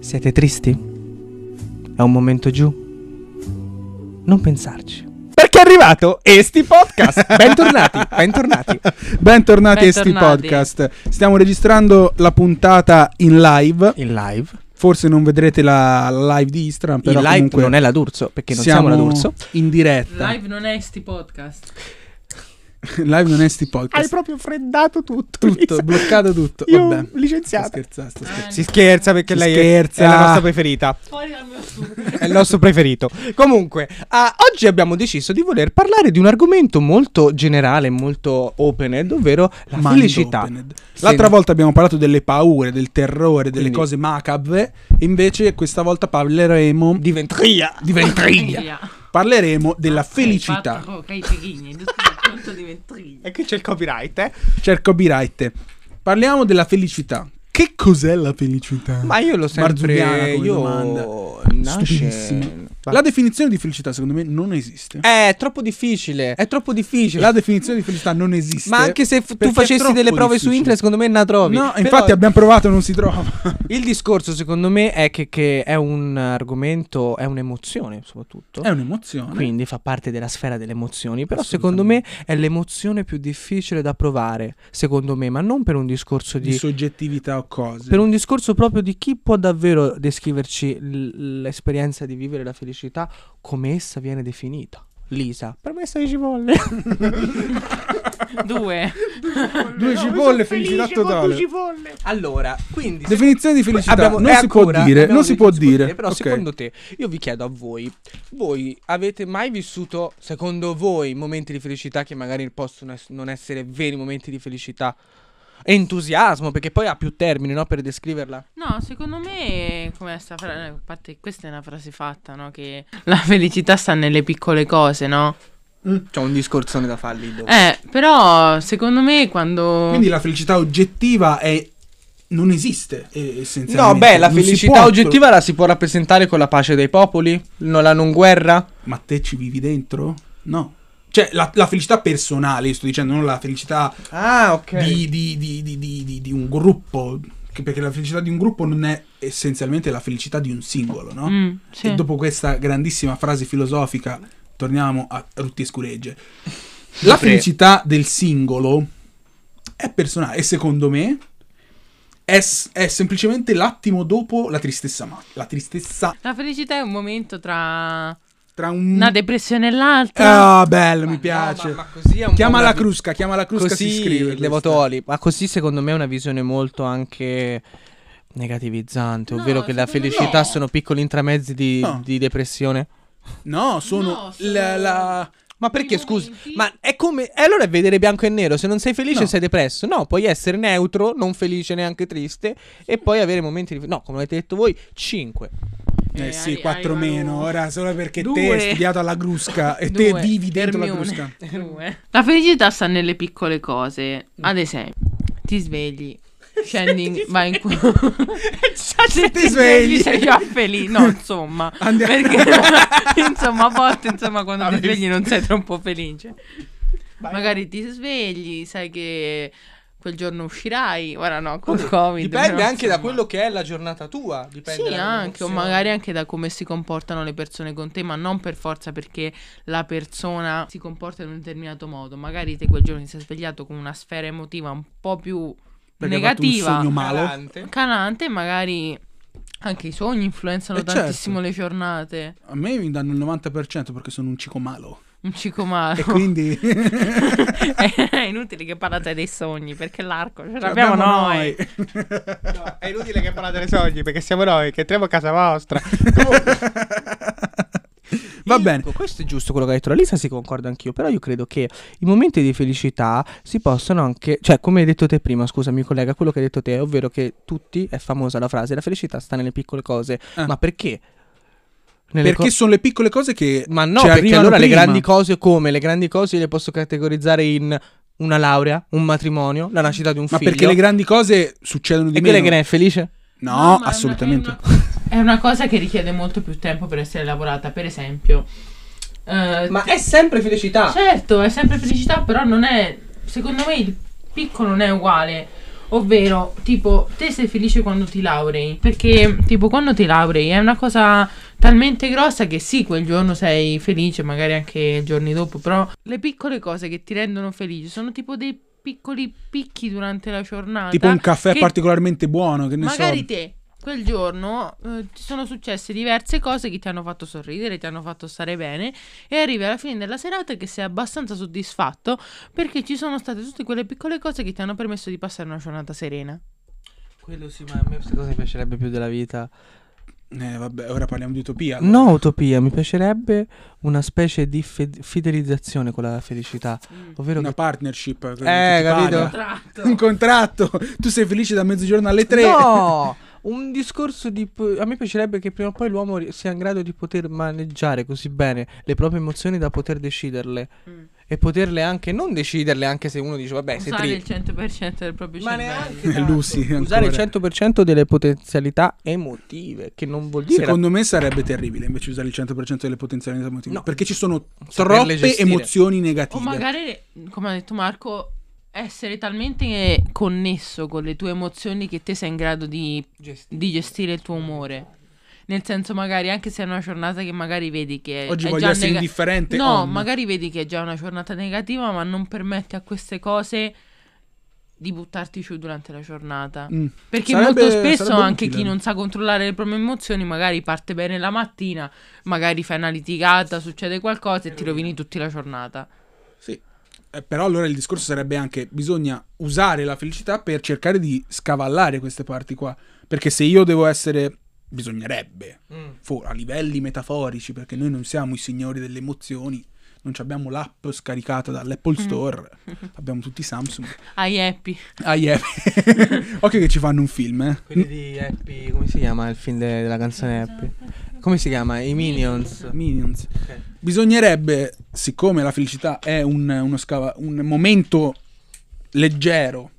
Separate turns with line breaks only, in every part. Siete tristi? È un momento giù? Non pensarci. Perché è arrivato Esti Podcast. Bentornati, bentornati.
Bentornati a sti
Bentornati.
podcast. Stiamo registrando la puntata in live.
In live.
Forse non vedrete la live di Instagram, però
in live
comunque
non è la D'Urso, perché non siamo, la D'Urso.
in diretta.
Live non è sti podcast.
Live non è sti podcast.
proprio freddato tutto.
tutto, bloccato tutto. Vabbè. Sto
licenziato.
scherzando, sto scherzando.
Eh,
Si scherza perché
Si
lei è-
scherza.
è la nostra preferita,
Fuori dal mio studio.
è il nostro preferito.
Comunque, ah, oggi abbiamo deciso di voler parlare di un argomento molto generale, molto open, ovvero la
Mind
felicità.
opened. L'altra
Sì.
volta abbiamo parlato delle paure, del terrore, delle
Quindi-
cose macabre. Invece questa volta parleremo
Di ventria.
di ventriglia.
Ventriglia.
Parleremo della felicità.
Quattro caipirinha, industria del conto di ventriglia.
E qui c'è il copyright, eh?
C'è il copyright. Parliamo della felicità. Che cos'è la felicità?
Ma io lo sempre
Marzuliana come
io
domanda.
nasce
Stupidissimo. La definizione di felicità secondo me non esiste.
È troppo difficile, è troppo difficile.
La definizione di felicità non esiste.
Ma anche se f-
perché
tu
è
facessi
troppo
delle prove su
difficile.
internet, secondo me ne la trovi.
No,
Però Boh.
infatti abbiamo provato e non si trova.
il discorso secondo me è che, che è un argomento, è un'emozione soprattutto.
È un'emozione.
Quindi fa parte della sfera delle emozioni. Però secondo me è l'emozione più difficile da provare, secondo me, ma non per un discorso
di
di...
soggettività o cose.
per un discorso proprio di chi può davvero descriverci l- l'esperienza di vivere la felicità come essa viene definita. Lisa, per me stai cipolle.
Ecco.
Due.
Due cipolle, felicità totale.
Allora, quindi
Definizione di felicità
Abbiamo-
non
eh,
si può
ancora,
dire,
abbiamo
non si può
detto
dire.
Però
Ok.
secondo te, io vi chiedo a voi, voi avete mai vissuto, secondo voi, momenti di felicità che magari possono es- non essere veri momenti di felicità? Entusiasmo, perché poi ha più termini, no? Per descriverla.
No, secondo me, come sta fra- eh, a parte, questa è una frase fatta, no? Che la felicità sta nelle piccole cose, no?
C'è un discorsone da farli dopo.
Eh, però secondo me quando...
Quindi la felicità oggettiva è non esiste eh, essenzialmente.
No, beh, la
Non si
felicità
può-
oggettiva la si può rappresentare con la pace dei popoli, no, la non guerra.
Ma te ci vivi dentro? No. Cioè, la, la felicità personale, io sto dicendo, non la felicità
Ah, ok.
di, di- di- di- di- di- di un gruppo. che- perché la felicità di un gruppo non è essenzialmente la felicità di un singolo, no?
Mm, sì.
E dopo questa grandissima frase filosofica, torniamo a Rutti e Scuregge. La felicità del singolo è personale e secondo me è, s- è semplicemente l'attimo dopo la tristezza, ma la tristezza
La felicità è un momento tra
tra un...
una depresione e l'altra.
Mm. Ah, bello, mi
no,
piace.
ma- ma così è un
chiama
po'
la
una-
crusca, chiama la crusca, si iscrive.
così Levotoli, ma così secondo me è una visione molto anche negativizzante,
No,
ovvero che la
secondo me
felicità
no.
sono piccoli intramezzi di,
No.
di depressione.
No, sono,
No, sono-
La, la-
Ma perché
I
scusa?
momenti-
Ma è come e allora è vedere bianco e nero, se non sei felice
No.
sei depresso. No, puoi essere neutro, non felice neanche triste e poi avere momenti di No, come avete detto voi, 5.
Eh,
Eh,
sì,
hai-
quattro
hai
meno.
valore.
Ora solo perché te
Due.
hai studiato alla crusca e te
Due.
vivi dentro la
Hermione.
crusca.
Due. La felicità sta nelle piccole cose. Ad esempio, ti svegli, scendi, in- vai in culo. Se ti
svegli.
sei già felice. No, insomma.
Andiamo-
Perché, insomma, a volte, insomma, quando ti svegli non sei troppo felice. Magari ti svegli, sai che quel giorno uscirai. Ora no, col Covid.
Dipende
però,
anche da
insomma.
quello che è la giornata tua, dipende
Sì,
dalle
anche, o
emozioni.
magari anche da come si comportano le persone con te, ma non per forza perché la persona si comporta in un determinato modo. Magari te quel giorno ti sei svegliato con una sfera emotiva un po' più
Perché hai fatto un
negativa,
sogno malo.
Calante.
calante, magari anche i sogni influenzano
Eh, certo.
tantissimo le giornate.
A me mi danno il 90% perché sono un cico malo.
Un cico malo.
E quindi...
È inutile che parlate dei sogni perché l'arco ce l'abbiamo noi.
No, è inutile che parlate dei sogni perché siamo noi che entriamo a casa vostra.
Va
Io
bene.
dico, questo è giusto quello che ha detto la Lisa, si concorda anch'io, però io credo che i momenti di felicità si possano anche, cioè come hai detto te prima, scusami collega, quello che hai detto te, ovvero che tutti, è famosa la frase, la felicità sta nelle piccole cose,
Ah.
ma perché? Nelle
Perché
co-
sono le piccole cose che...
ma no,
ci
perché
arrivano
allora le
prima.
grandi cose come? Le grandi cose le posso categorizzare in una laurea, un matrimonio, la nascita di un
Ma
figlio.
perché le grandi cose succedono di
e
meno.
quella che ne è felice?
No,
Mamma, è una-
assolutamente.
È una, è una cosa che richiede molto più tempo per essere lavorata. Per esempio, eh,
Ma è sempre felicità.
Certo, è sempre felicità, però non è. Secondo me il picco non è uguale. Ovvero, tipo, te sei felice quando ti laurei. Perché, tipo, quando ti laurei è una cosa talmente grossa che sì, quel giorno sei felice, magari anche i giorni dopo. Però le piccole cose che ti rendono felice sono tipo dei piccoli picchi durante la giornata.
Tipo un caffè
che
particolarmente buono, che ne
magari
so.
te quel giorno eh, ti sono successe diverse cose che ti hanno fatto sorridere, ti hanno fatto stare bene e arrivi alla fine della serata che sei abbastanza soddisfatto perché ci sono state tutte quelle piccole cose che ti hanno permesso di passare una giornata serena.
Quello sì, ma a me questa cosa mi piacerebbe più della vita.
Eh, vabbè, ora parliamo di utopia.
No, utopia, mi piacerebbe una specie di fe- fidelizzazione con la felicità. Ovvero
Una
che...
partnership. Eh,
capito?
Un contratto. Tu sei felice da mezzogiorno alle tre.
No! Un discorso di. po- A me piacerebbe che prima o poi l'uomo ri- sia in grado di poter maneggiare così bene le proprie emozioni da poter deciderle.
Mm.
E poterle anche. Non deciderle anche se uno dice, vabbè, sei
Usare il
triste.
100% del proprio
Ma
cervello.
neanche.
Eh, Lucy,
Usare il
ancora.
100% delle potenzialità emotive, che non vuol dire.
Secondo me sarebbe terribile invece usare il 100% delle potenzialità emotive.
No.
Perché ci sono
Saperle
troppe
gestire.
emozioni
O
negative.
magari, come ha detto Marco, essere talmente connesso con le tue emozioni che te sei in grado di
Gestire.
di gestire il tuo umore. Nel senso, magari anche se è una giornata che magari vedi che.
Oggi
è
voglio
già
essere
nega-
indifferente. Oh,
No,
on.
magari vedi che è già una giornata negativa, ma non permette a queste cose di buttarti giù durante la giornata.
Mm.
Perché
Sarebbe-
molto spesso
sarebbe
anche
utile.
chi non sa controllare le proprie emozioni, magari parte bene la mattina, magari fai una litigata, succede qualcosa e ti rovini tutta la giornata.
Sì. Eh, però allora il discorso sarebbe anche bisogna usare la felicità per cercare di scavallare queste parti qua. Perché se io devo essere... Bisognerebbe,
mm,
fo- a livelli metaforici, perché noi non siamo i signori delle emozioni, non ci abbiamo l'app scaricata dall'Apple
Mm.
Store, abbiamo tutti i Samsung.
Ai happy.
Ah, yeah. Occhio che ci fanno un film, eh.
Quelli di Happy. Come si chiama il film de- della canzone Happy? Come si chiama? I Minions.
Minions. Bisognerebbe, siccome la felicità è un, uno scava- un momento leggero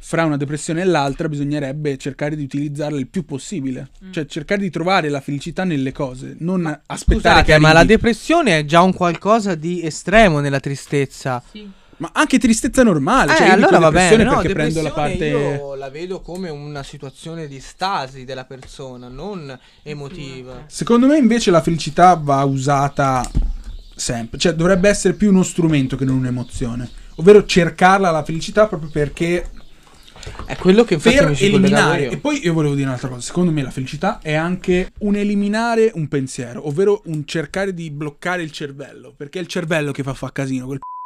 fra una depressione e l'altra, bisognerebbe cercare di utilizzarla il più possibile.
Mm.
Cioè cercare di trovare la felicità nelle cose, non aspettare che
Scusate, ma la
arrivi.
depressione è già un qualcosa di estremo nella tristezza.
Sì.
Ma anche tristezza normale, cioè
eh,
io dico
allora va
depressione
bene, no,
perché prendo la parte
depressione io la vedo come una situazione di stasi della persona, non emotiva.
Secondo me invece la felicità va usata sempre, cioè dovrebbe essere più uno strumento che non un'emozione, ovvero cercarla la felicità proprio perché
È quello che infatti
per
mi ci collegavo
eliminare.
io.
E poi io volevo dire un'altra cosa. Secondo me la felicità è anche un eliminare un pensiero, ovvero un cercare di bloccare il cervello. Perché è il cervello che fa fa casino. Quel p-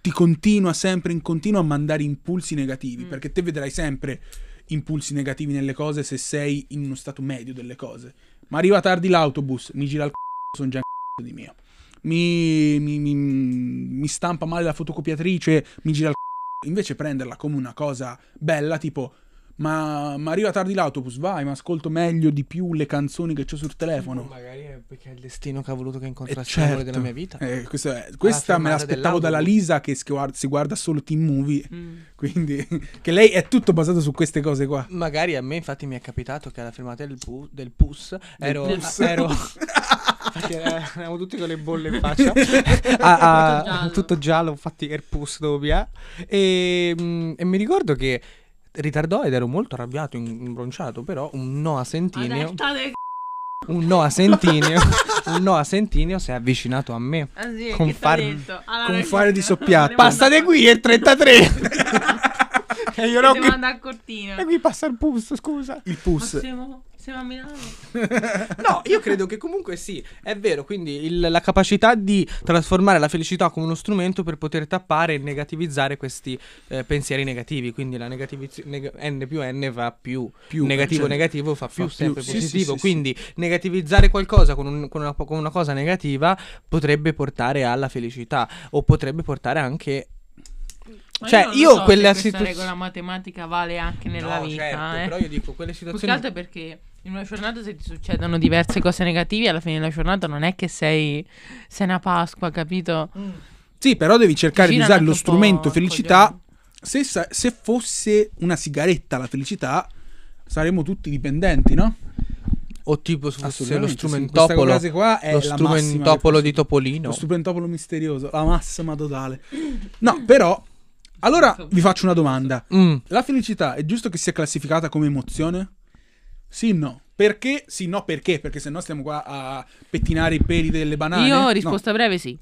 ti continua sempre in continuo a mandare impulsi negativi.
Mm.
Perché te vedrai sempre impulsi negativi nelle cose se sei in uno stato medio delle cose. Ma arriva tardi l'autobus, mi gira il c***o, sono già in c***o di mio. Mi, mi- mi- mi stampa male la fotocopiatrice, mi gira il c***o. Invece prenderla come una cosa bella, tipo ma, ma arriva tardi l'autobus, vai, ma ascolto meglio di più le canzoni che ho sul
O
telefono.
Magari è perché è il destino che ha voluto che
Eh,
incontrassi l'amore
certo.
della mia vita.
Eh, questo è- questa me
fermata
l'aspettavo dalla
dell'autobus.
Lisa che si guarda, si guarda solo team movie,
Mm.
quindi che lei è tutto basato su queste cose qua.
Magari a me infatti mi è capitato che alla firmata del, pu- del PUS ero...
pus.
ero eh,
Perché eravamo tutti con le bolle in faccia.
a- a- tutto,
Tutto giallo.
giallo. infatti il PUS dopo via. E, mm, e mi ricordo che ritardò ed ero molto arrabbiato, in- imbronciato, però un no a sentinio...
Adattate,
Un no a sentinio... un no a sentinio si è avvicinato a me.
Ah, sì,
Con
che t'ha
far-
detto? Alla
con
ragazza.
fare di soppiatto.
Passate qui, è 33. e io
Devo
no, qui,
andare a Cortina.
e qui passa il pus, scusa.
Il
Ma
pus.
siamo, siamo a Milano.
No, io credo che comunque sì, è vero, quindi il- la capacità di trasformare la felicità come uno strumento per poter tappare e negativizzare questi eh, pensieri negativi, quindi la negativizio- neg- n più n fa più,
Più,
negativo
cioè,
negativo fa più,
più,
sempre
sì, sì,
positivo,
sì, sì.
quindi negativizzare qualcosa con, un- con una, con una cosa negativa potrebbe portare alla felicità o potrebbe portare anche...
Ma
Cioè,
non
io
so se
quella
questa
situaz-
regola matematica vale anche nella
No,
vita,
certo,
eh.
però io dico quelle
Più che
situazioni...
altro perché in una giornata se ti succedono diverse cose negative, alla fine della giornata non è che sei, sei una Pasqua, capito?
Sì, però devi cercare di
Gira
usare
un
lo
altro po'
strumento
il
felicità.
coglione.
Se, sa- se fosse una sigaretta la felicità, saremmo tutti dipendenti, no?
O tipo se fosse lo
Assolutamente, sì.
strumentopolo.
Questa frase qua è
lo
la massima che
strumentopolo
posso-
di Topolino.
Lo strumentopolo misterioso, la massima totale. No, però, allora vi faccio una domanda.
Mm.
La felicità è giusto che sia classificata come emozione? Sì, no. Perché? Sì, no, perché? Perché sennò stiamo qua a pettinare i peli delle banane.
Io
No.
risposta breve sì.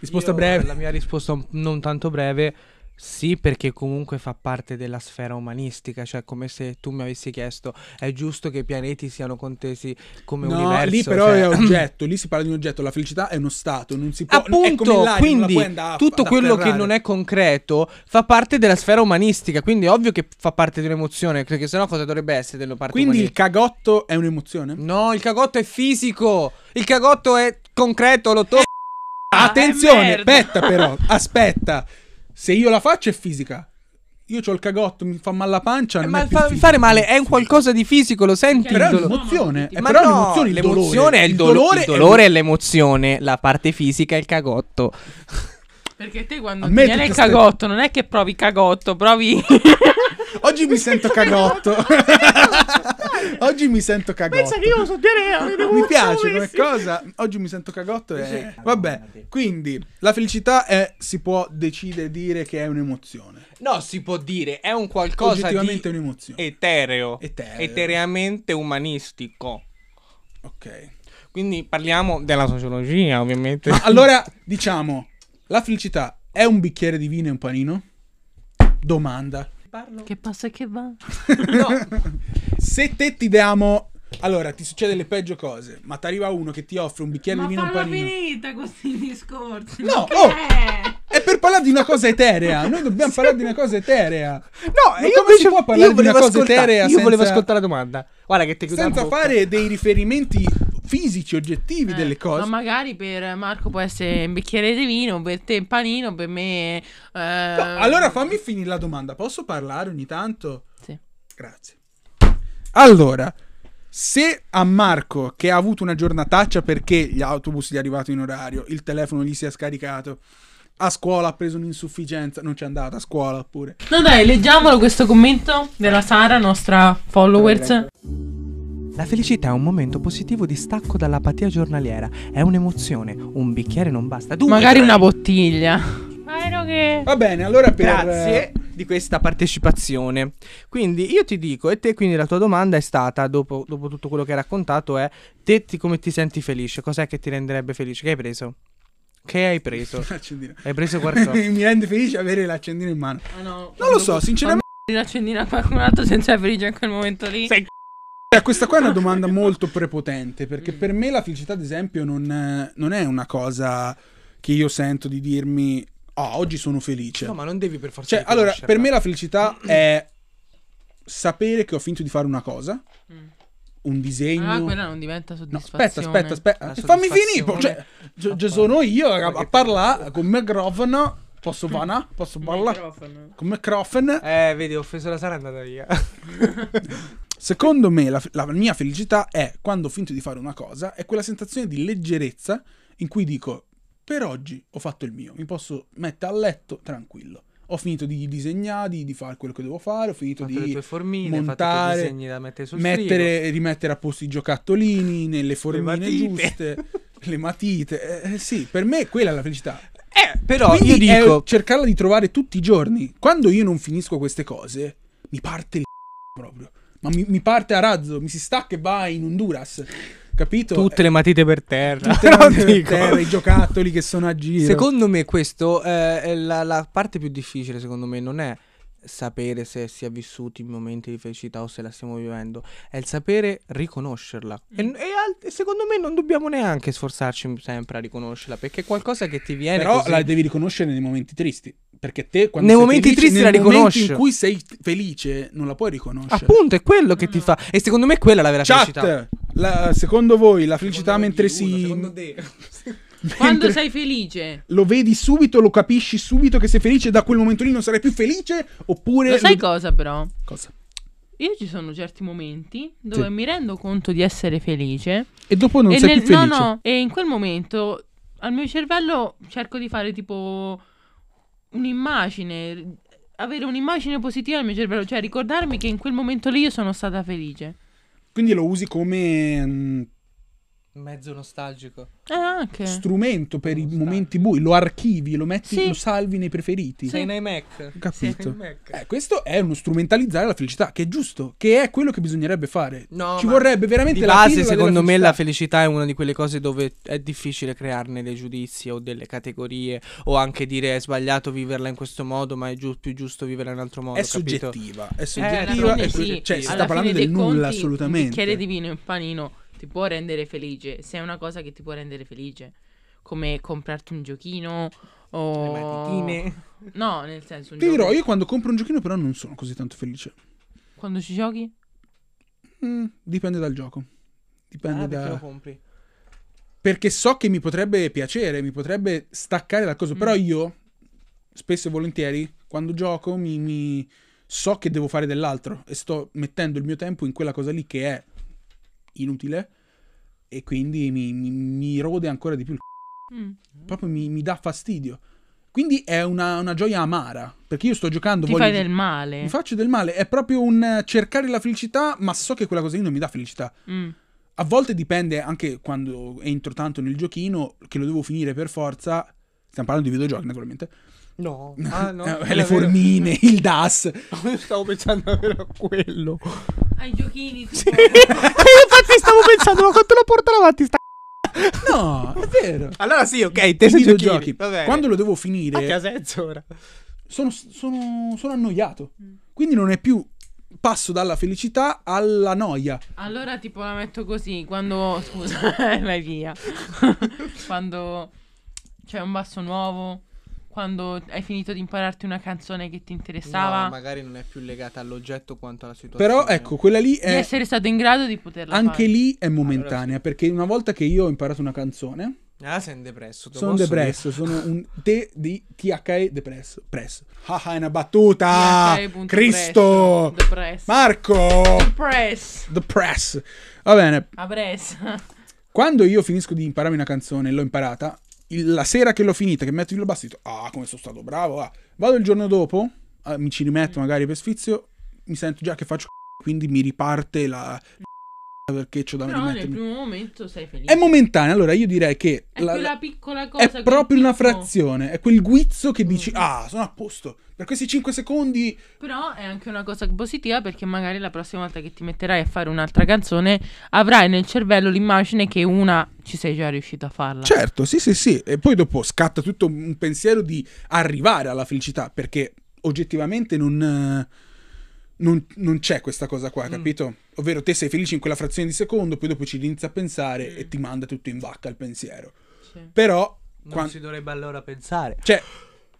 risposta
Io-
breve.
La mia risposta un- non tanto breve. Sì, perché comunque fa parte della sfera umanistica, cioè come se tu mi avessi chiesto, è giusto che i pianeti siano contesi come
No,
universo?
lì però
Cioè-
è oggetto, lì si parla di un oggetto, la felicità è uno stato, non si può... è come
Appunto,
l'aria, non la
quindi
puoi andare a-
tutto
ad
quello che
afferrare.
non è concreto fa parte della sfera umanistica, quindi è ovvio che fa parte di un'emozione, perché sennò cosa dovrebbe essere della parte
Quindi il
umanistica?
cagotto è un'emozione?
No, il cagotto è fisico, il cagotto è concreto,
Eh,
lo tocco.
Attenzione,
merda.
aspetta però, aspetta. Se io la faccio è fisica. Io ho il cagotto, mi fa male la pancia,
Eh,
non
Ma
è
il
più
fa-
fisica.
fare male è un qualcosa di fisico, lo senti?
Però
il
è
dolore?
un'emozione, è
Ma
però
no,
un'emozione, il
Eh, l'emozione
dolore.
è il,
Il
dolo- il dolore,
dolore è-
è l'emozione, la parte fisica è il cagotto.
Perché te quando
A
ti
me
viene il
tutte ste-
cagotto non è che provi cagotto, provi...
Oggi mi sento cagotto. Oggi mi sento cagotto.
Pensa che io so dire
Oh,
mi piace come cosa. Oggi mi sento cagotto e... Vabbè, quindi la felicità è, si può decidere dire che è un'emozione.
No, si può dire, è un qualcosa
Oggettivamente è
di
un'emozione.
etereo,
Etereo.
etereamente umanistico.
Ok.
Quindi parliamo della sociologia, ovviamente.
Ma allora, diciamo, la felicità è un bicchiere di vino e un panino? Domanda.
che passa e che va?
Se te ti diamo... Allora, ti succede le peggio cose, ma ti arriva uno che ti offre un bicchiere
Ma
di vino e un
falla
panino.
finita questi discorsi.
No,
Che
oh!
è?
È per parlare di una cosa eterea. Noi dobbiamo parlare di una cosa eterea.
No,
Ma come si può parlare
io
di una
volevo
cosa
ascoltare-
eterea
Io
senza-
volevo ascoltare la domanda. Guarda che ti chiudo la
Senza
bocca.
fare dei riferimenti fisici, oggettivi
Eh,
delle cose.
Ma magari per Marco può essere un bicchiere di vino, per te un panino, per me. eh,
No, allora fammi finire la domanda. Posso parlare ogni tanto?
sì.
Grazie. Allora, se a Marco, che ha avuto una giornataccia perché gli autobus gli è arrivato in orario, il telefono gli si è scaricato, a scuola ha preso un'insufficienza, non c'è andata a scuola pure.
No, dai, leggiamolo questo commento della Sara, nostra followers.
La felicità è un momento positivo di stacco dall'apatia giornaliera. È un'emozione. Un bicchiere non basta. Due,
Magari
tre.
una bottiglia. Vero che.
Va bene, allora
eh,
per... eh,
Grazie di questa partecipazione. Quindi io ti dico, e te quindi la tua domanda è stata, dopo, dopo tutto quello che hai raccontato, è te ti- come ti senti felice? Cos'è che ti renderebbe felice? Che hai preso? Che hai preso?
Accendino.
Hai preso qualcosa?
Mi rende felice avere l'accendino in mano.
non
Ah, Non lo so, sinceramente...
L'accendina a qualcun altro senza felice in quel momento lì.
Sei-
Eh, Questa qua è una domanda molto prepotente, perché per me la felicità, ad esempio, non, eh, non è una cosa che io sento di dirmi, oh, oggi sono felice.
No, ma non devi per forza.
Cioè, allora, per me
riconoscerla.
la felicità è sapere che ho finito di fare una cosa,
Mm.
un disegno.
Ah, quella non diventa
No,
soddisfazione.
aspetta, aspetta,
La
aspetta. Fammi
soddisfazione.
finire. po- Cioè, gi- gi- sono io a, a parlare con microfono. Posso vanà? Posso parlare?
Microfono.
Con microfono.
Eh, vedi, ho offeso la Sara, è andata via.
Secondo me la, la mia felicità è quando ho finito di fare una cosa, è quella sensazione di leggerezza in cui dico per oggi ho fatto il mio, mi posso mettere a letto tranquillo. Ho finito di disegnare, di, di fare quello che devo fare, ho finito
Ho fatto
di
le tue formine, ho fatto i tuoi
montare,
disegni da mettere sul
mettere- rimettere a posto i giocattolini nelle formine
matite.
giuste, le matite. Eh, eh, sì, per me quella è la felicità.
Eh, però io
Quindi è
dico.
cercarla di trovare tutti i giorni. Quando io non finisco queste cose, mi parte il proprio. Ma mi, mi parte a razzo, mi si stacca e va in Honduras. Capito? Eh,
Tutte le matite per terra.
Tutte le
Non
mani per
dico.
terra, i giocattoli che sono a giro.
Secondo me questo eh, è la, la parte più difficile, secondo me, non è sapere se si è vissuti momenti di felicità o se la stiamo vivendo, è il sapere riconoscerla. E,
Mm.
e al- e secondo me non dobbiamo neanche sforzarci sempre a riconoscerla, perché è qualcosa che ti viene
Però
così.
la devi riconoscere nei momenti tristi. Perché te, quando
Nei
sei
momenti
felice,
tristi
nel
la
momento
riconosci.
in cui sei felice, non la puoi riconoscere.
Appunto, è quello che ti fa. E secondo me quella è la vera felicità.
Mm. Chat, la- secondo voi la felicità mentre si.
Quando sei felice.
Lo vedi subito, lo capisci subito che sei felice, da quel momento lì non sarai più felice? Oppure.
Lo sai
lo-
cosa però?
cosa?
Io ci sono certi momenti dove
Sì.
mi rendo conto di essere felice.
E dopo non
e
sei
nel-
più felice.
No, no, e in quel momento al mio cervello cerco di fare tipo un'immagine, avere un'immagine positiva al mio cervello, cioè ricordarmi che in quel momento lì io sono stata felice.
Quindi lo usi come mm,
Mezzo nostalgico.
Eh, anche.
strumento per i
Uno
momenti bui, lo archivi, lo metti,
Sì.
lo salvi nei preferiti.
Sei in iMac.
Capito.
Sei in iMac.
Eh, questo è uno strumentalizzare la felicità, che è giusto, che è quello che bisognerebbe fare.
No,
Ci
ma
vorrebbe veramente
Di
la
base,
pillola della
secondo me,
felicità.
la felicità è una di quelle cose dove è difficile crearne dei giudizi o delle categorie o anche dire è sbagliato viverla in questo modo, ma è giu- più giusto viverla in un altro modo.
è
capito? Eh,
soggettiva, è
alla
soggettiva,
fine
è
sì.
sogge- cioè si
Alla
sta parlando del nulla
Un bicchiere
assolutamente.
di vino e un panino ti può rendere felice se è una cosa che ti può rendere felice. Come comprarti un giochino o...
Le matitine.
No, nel senso... Un
Ti dirò,
gioco-
io quando compro un giochino però non sono così tanto felice.
Quando ci giochi?
Mm, dipende dal gioco. Dipende
Ah, perché lo
da...
compri?
Perché so che mi potrebbe piacere, mi potrebbe staccare la cosa,
Mm.
però io spesso e volentieri quando gioco mi, mi- so che devo fare dell'altro e sto mettendo il mio tempo in quella cosa lì che è inutile e quindi mi, mi- mi rode ancora di più il
Mm.
c***o, proprio mi, mi dà fastidio. Quindi è una, una gioia amara, perché io sto giocando...
Ti
voglio
fai
gio-
del male.
Mi faccio del male, è proprio un eh, cercare la felicità, ma so che quella cosa lì non mi dà felicità.
Mm.
A volte dipende anche quando entro tanto nel giochino, che lo devo finire per forza. Stiamo parlando di videogiochi, naturalmente.
No. Ah, no.
Eh,
non è vero.
le formine, il DAS.
Io stavo pensando davvero a quello.
Ai giochini. tipo-
Infatti stavo pensando, ma quanto lo portano avanti sta
No, è vero.
Allora sì, ok, te
I
sei
videogiochi,
giochi. Vabbè.
quando lo devo finire,
a senso ora?
sono, sono- sono annoiato.
Mm.
Quindi non è più passo dalla felicità alla noia.
Allora tipo la metto così, quando... Scusa, vai via. quando c'è un basso nuovo, quando hai finito di impararti una canzone che ti interessava,
No, magari non è più legata all'oggetto quanto alla situazione.
Però ecco, quella lì
di
è.
essere stato in grado di poterla
Anche
fare.
Ah,
lì è momentanea, perché una volta che io ho imparato una canzone,
Ah, sei depresso. te lo
Sono
posso
depresso, sono un te di THE depresso. Presso. Ah, ah, è una battuta!
THE
Ah, Cristo!
presso, depresso.
Marco!
Press.
The press. Va bene,
A press.
quando io finisco di imparare una canzone e l'ho imparata, il- la sera che l'ho finita, che metto il basso, dico, ah, come sono stato bravo, ah." vado il giorno dopo, eh, mi ci rimetto
Mm.
magari per sfizio, mi sento già che faccio c***o, quindi mi riparte la c***a perché c'ho da
Però nel
rimettermi.
primo momento sei felice.
È momentanea, allora io direi che...
È
la-
quella piccola cosa.
è
quel
proprio una
piccolo-
frazione, è quel guizzo che dici,
Mm.
ah, sono a posto. Per questi 5 secondi
Però è anche una cosa positiva perché magari la prossima volta che ti metterai a fare un'altra canzone avrai nel cervello l'immagine che una ci sei già riuscito a farla.
Certo, sì, sì, sì. E poi dopo scatta tutto un pensiero di arrivare alla felicità, perché oggettivamente non, eh, non- non c'è questa cosa
Mm.
qua, capito? Ovvero te sei felice in quella frazione di secondo, poi dopo ci inizi a pensare
Mm.
e ti manda tutto in vacca il pensiero.
Sì.
Però,
Non
quan-
si dovrebbe allora pensare.
cioè,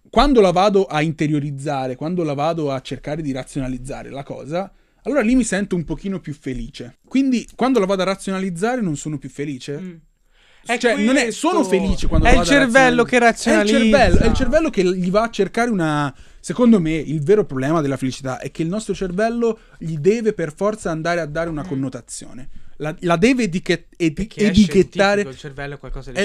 quando la vado a interiorizzare, quando la vado a cercare di razionalizzare la cosa, allora lì mi sento un pochino più felice. Quindi quando la vado a razionalizzare non sono più felice.
Mm.
È
cioè, non è,
questo.
sono felice quando
È
vado
il
a
cervello che razionalizza.
È il cervello, è il cervello che gli va a cercare una. Secondo me, il vero problema della felicità è che il nostro cervello gli deve per forza andare a dare una connotazione. La, la deve etichet- eti-
Mm. Perché è
etichettare.
scientifico, Il cervello è qualcosa di
È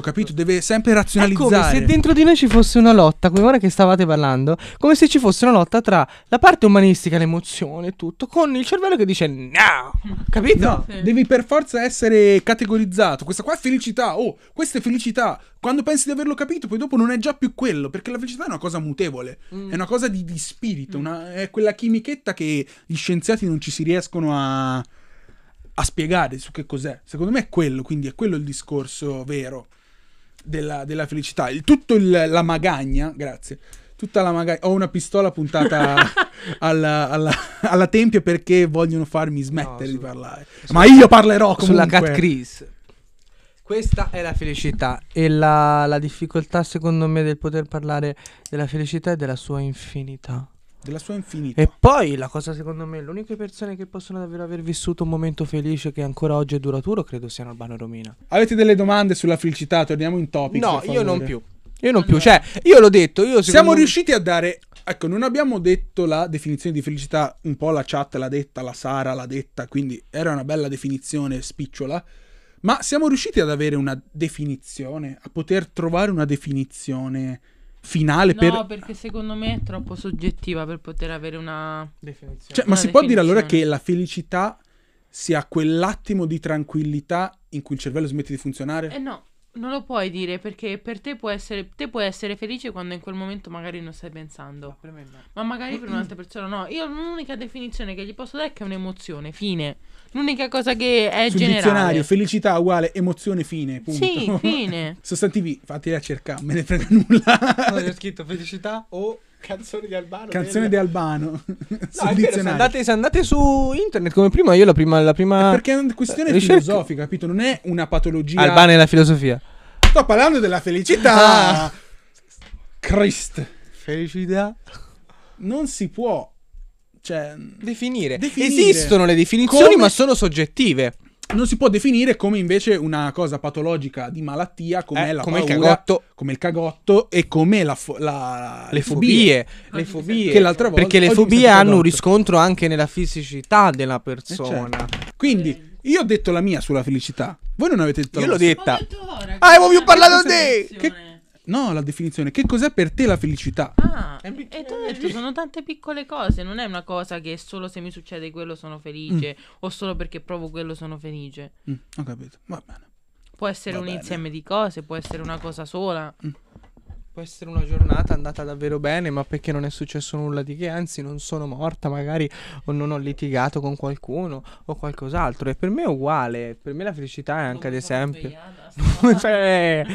scientifico.
capito? Deve sempre
È come
razionalizzare.
se dentro di noi ci fosse una lotta, come ora che stavate parlando, come se ci fosse una lotta tra la parte umanistica, l'emozione e tutto, con il cervello che dice no, capito?
No,
Sì.
devi per forza essere categorizzato. Questa qua è felicità. Oh, questa è felicità. Quando pensi di averlo capito, poi dopo non è già più quello. Perché la felicità è una cosa mutevole.
Mm.
È una cosa di, di spirito. una- è quella chimichetta che gli scienziati non ci si riescono a, a spiegare su che cos'è. Secondo me è quello. Quindi è quello il discorso vero della, della felicità. Il- tutto il- la magagna. Grazie. Tutta la magagna. Ho una pistola puntata alla, alla- alla tempia perché vogliono farmi smettere
No,
di
su-
parlare. Ma io parlerò comunque.
Sulla Cat Chris. Questa è la felicità e la, la difficoltà secondo me del poter parlare della felicità e della sua infinità.
Della sua infinità.
E poi la cosa secondo me, le uniche persone che possono davvero aver vissuto un momento felice che ancora oggi è duraturo credo siano Albano e Romina.
Avete delle domande sulla felicità? Torniamo in topic.
No,
per
io non
favore.
più. Io non più, cioè, io l'ho detto, io
Siamo
secondo-
riusciti a dare. Ecco, non abbiamo detto la definizione di felicità. Un po' la chat l'ha detta, la Sara l'ha detta. Quindi era una bella definizione spicciola. Ma siamo riusciti ad avere una definizione, a poter trovare una definizione finale per.
No, perché secondo me è troppo soggettiva per poter avere una...
Definizione.
Cioè, ma
una
si può dire
definizione.
allora che la felicità sia quell'attimo di tranquillità in cui il cervello smette di funzionare?
Eh no, non lo puoi dire perché per te può essere, te puoi essere felice quando in quel momento magari non stai pensando. Ma magari per un'altra persona no. Io l'unica definizione che gli posso dare è che è un'emozione, fine. L'unica cosa che è
Sul
generale.
dizionario, felicità uguale emozione fine, punto.
Sì, fine.
Sostantivi, fateli a cercare, me ne frega
Ah,
nulla.
Ho scritto felicità o canzoni di Albano.
Canzone di Albano.
No, è
Sul
vero, se,
dizionario.
andate, se andate su internet come prima, io la prima. La prima
Perché è una questione
ricerca-
filosofica, capito? Non è una patologia.
Albana e la filosofia.
Sto parlando della felicità. Christ.
Felicità.
Non si può. Cioè,
Definire.
Definire.
Esistono le definizioni,
Come-
ma sono soggettive.
non si può definire come invece una cosa patologica di malattia, come
Eh,
la
come il
paura,
cagotto.
come il cagotto e come la fo- la-
Le fobie. Le
Oggi mi
fobie.
Che l'altra volta-
Perché le
oggi mi
fobie
sento Eh, certo.
hanno un
cagotto.
riscontro anche nella fisicità della persona.
Quindi, io ho detto la mia sulla felicità. Voi non avete detto
Io
la
l'ho detta.
vostra.
Ho detto ora,
Ah, avevo
questa-
parlato
questa
di-
definizione.
No, la definizione. Che cos'è per te la felicità?
Ah,
È un
e
bicchiere
tu
di-
hai detto sono tante piccole cose, non è una cosa che solo se mi succede quello sono felice o solo perché provo quello sono felice.
Mm, ho capito. Va bene.
Può essere
Va
un
bene.
insieme di cose, può essere una cosa sola.
Può essere una giornata andata davvero bene, ma perché non è successo nulla di che, anzi non sono morta magari o non ho litigato con qualcuno o qualcos'altro. E per me è uguale, per me la felicità è anche ad
Come sono
esempio.
svegliata,
cioè,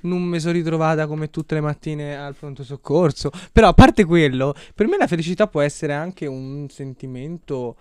non mi sono ritrovata come tutte le mattine al pronto soccorso. Però a parte quello, per me la felicità può essere anche un sentimento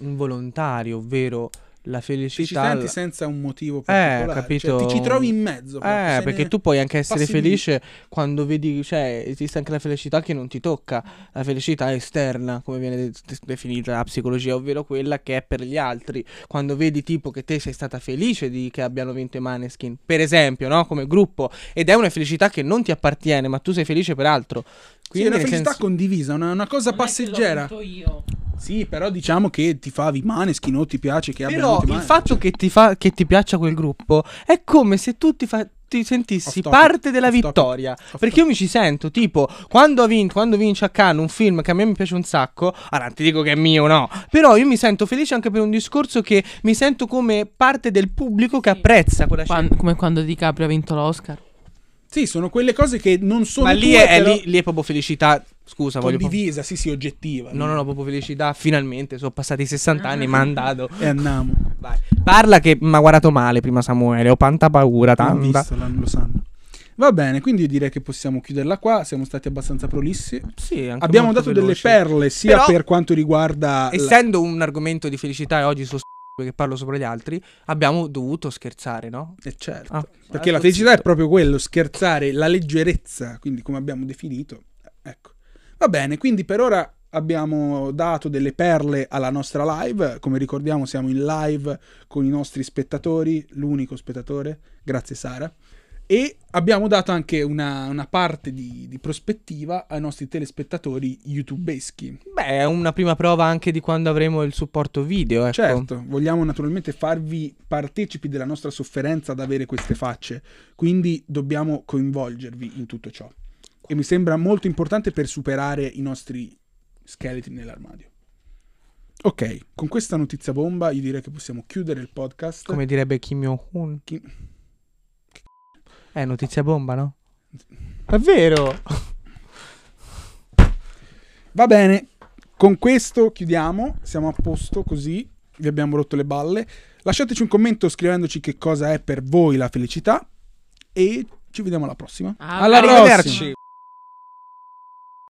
involontario, ovvero la
Ci
felicità...
senti senza un motivo
Eh,
particolare.
capito.
Cioè, ti ci trovi in mezzo. proprio, se
Eh,
ne-
perché tu puoi anche essere
passi di lì.
felice quando vedi, cioè, esiste anche la felicità che non ti tocca, la felicità esterna, come viene de- de- definita la psicologia, ovvero quella che è per gli altri. Quando vedi tipo che te sei stata felice di che abbiano vinto i Maneskin, per esempio, no? Come gruppo, ed è una felicità che non ti appartiene, ma tu sei felice per altro.
Sì, è
Quindi
una
nel
felicità
senso-
condivisa, una, una cosa
Non è che l'ho
passeggera.
vinto io.
Sì, però diciamo che ti fa vimane, o ti piace che abbia
Però
avuto i
il
Maneskin.
fatto che ti, fa- che ti piaccia quel gruppo è come se tu ti, fa- ti sentissi
Off topic,
parte della
off topic,
vittoria.
off
perché io mi ci sento, tipo, quando, ha vinto- quando vince a Cannes un film che a me mi piace un sacco, allora non ti dico che è mio, no. Però io mi sento felice anche per un discorso che mi sento come parte del pubblico che
Sì.
apprezza quella scena.
Quan- come quando DiCaprio ha vinto l'oscar
Sì, sono quelle cose che non sono
Ma lì
tue,
è,
però
lì, lì è proprio felicità. Scusa, voglio. proprio-
condivisa, sì, sì, oggettiva.
No, no, no, proprio felicità. Finalmente sono passati 60 anni, ma è andato.
E andiamo.
Vai. Parla che mi ha guardato male prima Samuele. Ho tanta paura,
L'hanno
tanta.
visto, l'hanno- lo sanno. Va bene, quindi io direi che possiamo chiuderla qua, siamo stati abbastanza prolissi.
Sì, anche
Abbiamo
molto
dato delle
veloce.
perle sia
Però-
per quanto riguarda la-
Essendo un argomento di felicità e oggi so s- perché parlo sopra gli altri, abbiamo dovuto scherzare, no?
Eh, certo.
Ah,
Perché la
sto
felicità è
zitto.
proprio quello, scherzare, la leggerezza, quindi come abbiamo definito. eh, Ecco. Va bene, quindi per ora abbiamo dato delle perle alla nostra live, come ricordiamo siamo in live con i nostri spettatori, l'unico spettatore, grazie Sara, e abbiamo dato anche una, una parte di, di prospettiva ai nostri telespettatori youtubeschi.
Beh, è una prima prova anche di quando avremo il supporto video, ecco.
Certo, vogliamo naturalmente farvi partecipi della nostra sofferenza ad avere queste facce, quindi dobbiamo coinvolgervi in tutto ciò. E mi sembra molto importante per superare i nostri scheletri nell'armadio. Ok, con questa notizia bomba io direi che possiamo chiudere il podcast.
Come direbbe Kim Jong-un.
Chi-
È notizia bomba, no? È vero.
Va bene, con questo chiudiamo, siamo a posto così, vi abbiamo rotto le balle. Lasciateci un commento scrivendoci che cosa è per voi la felicità e ci vediamo alla prossima.
Ah,
alla
arrivederci.
prossima.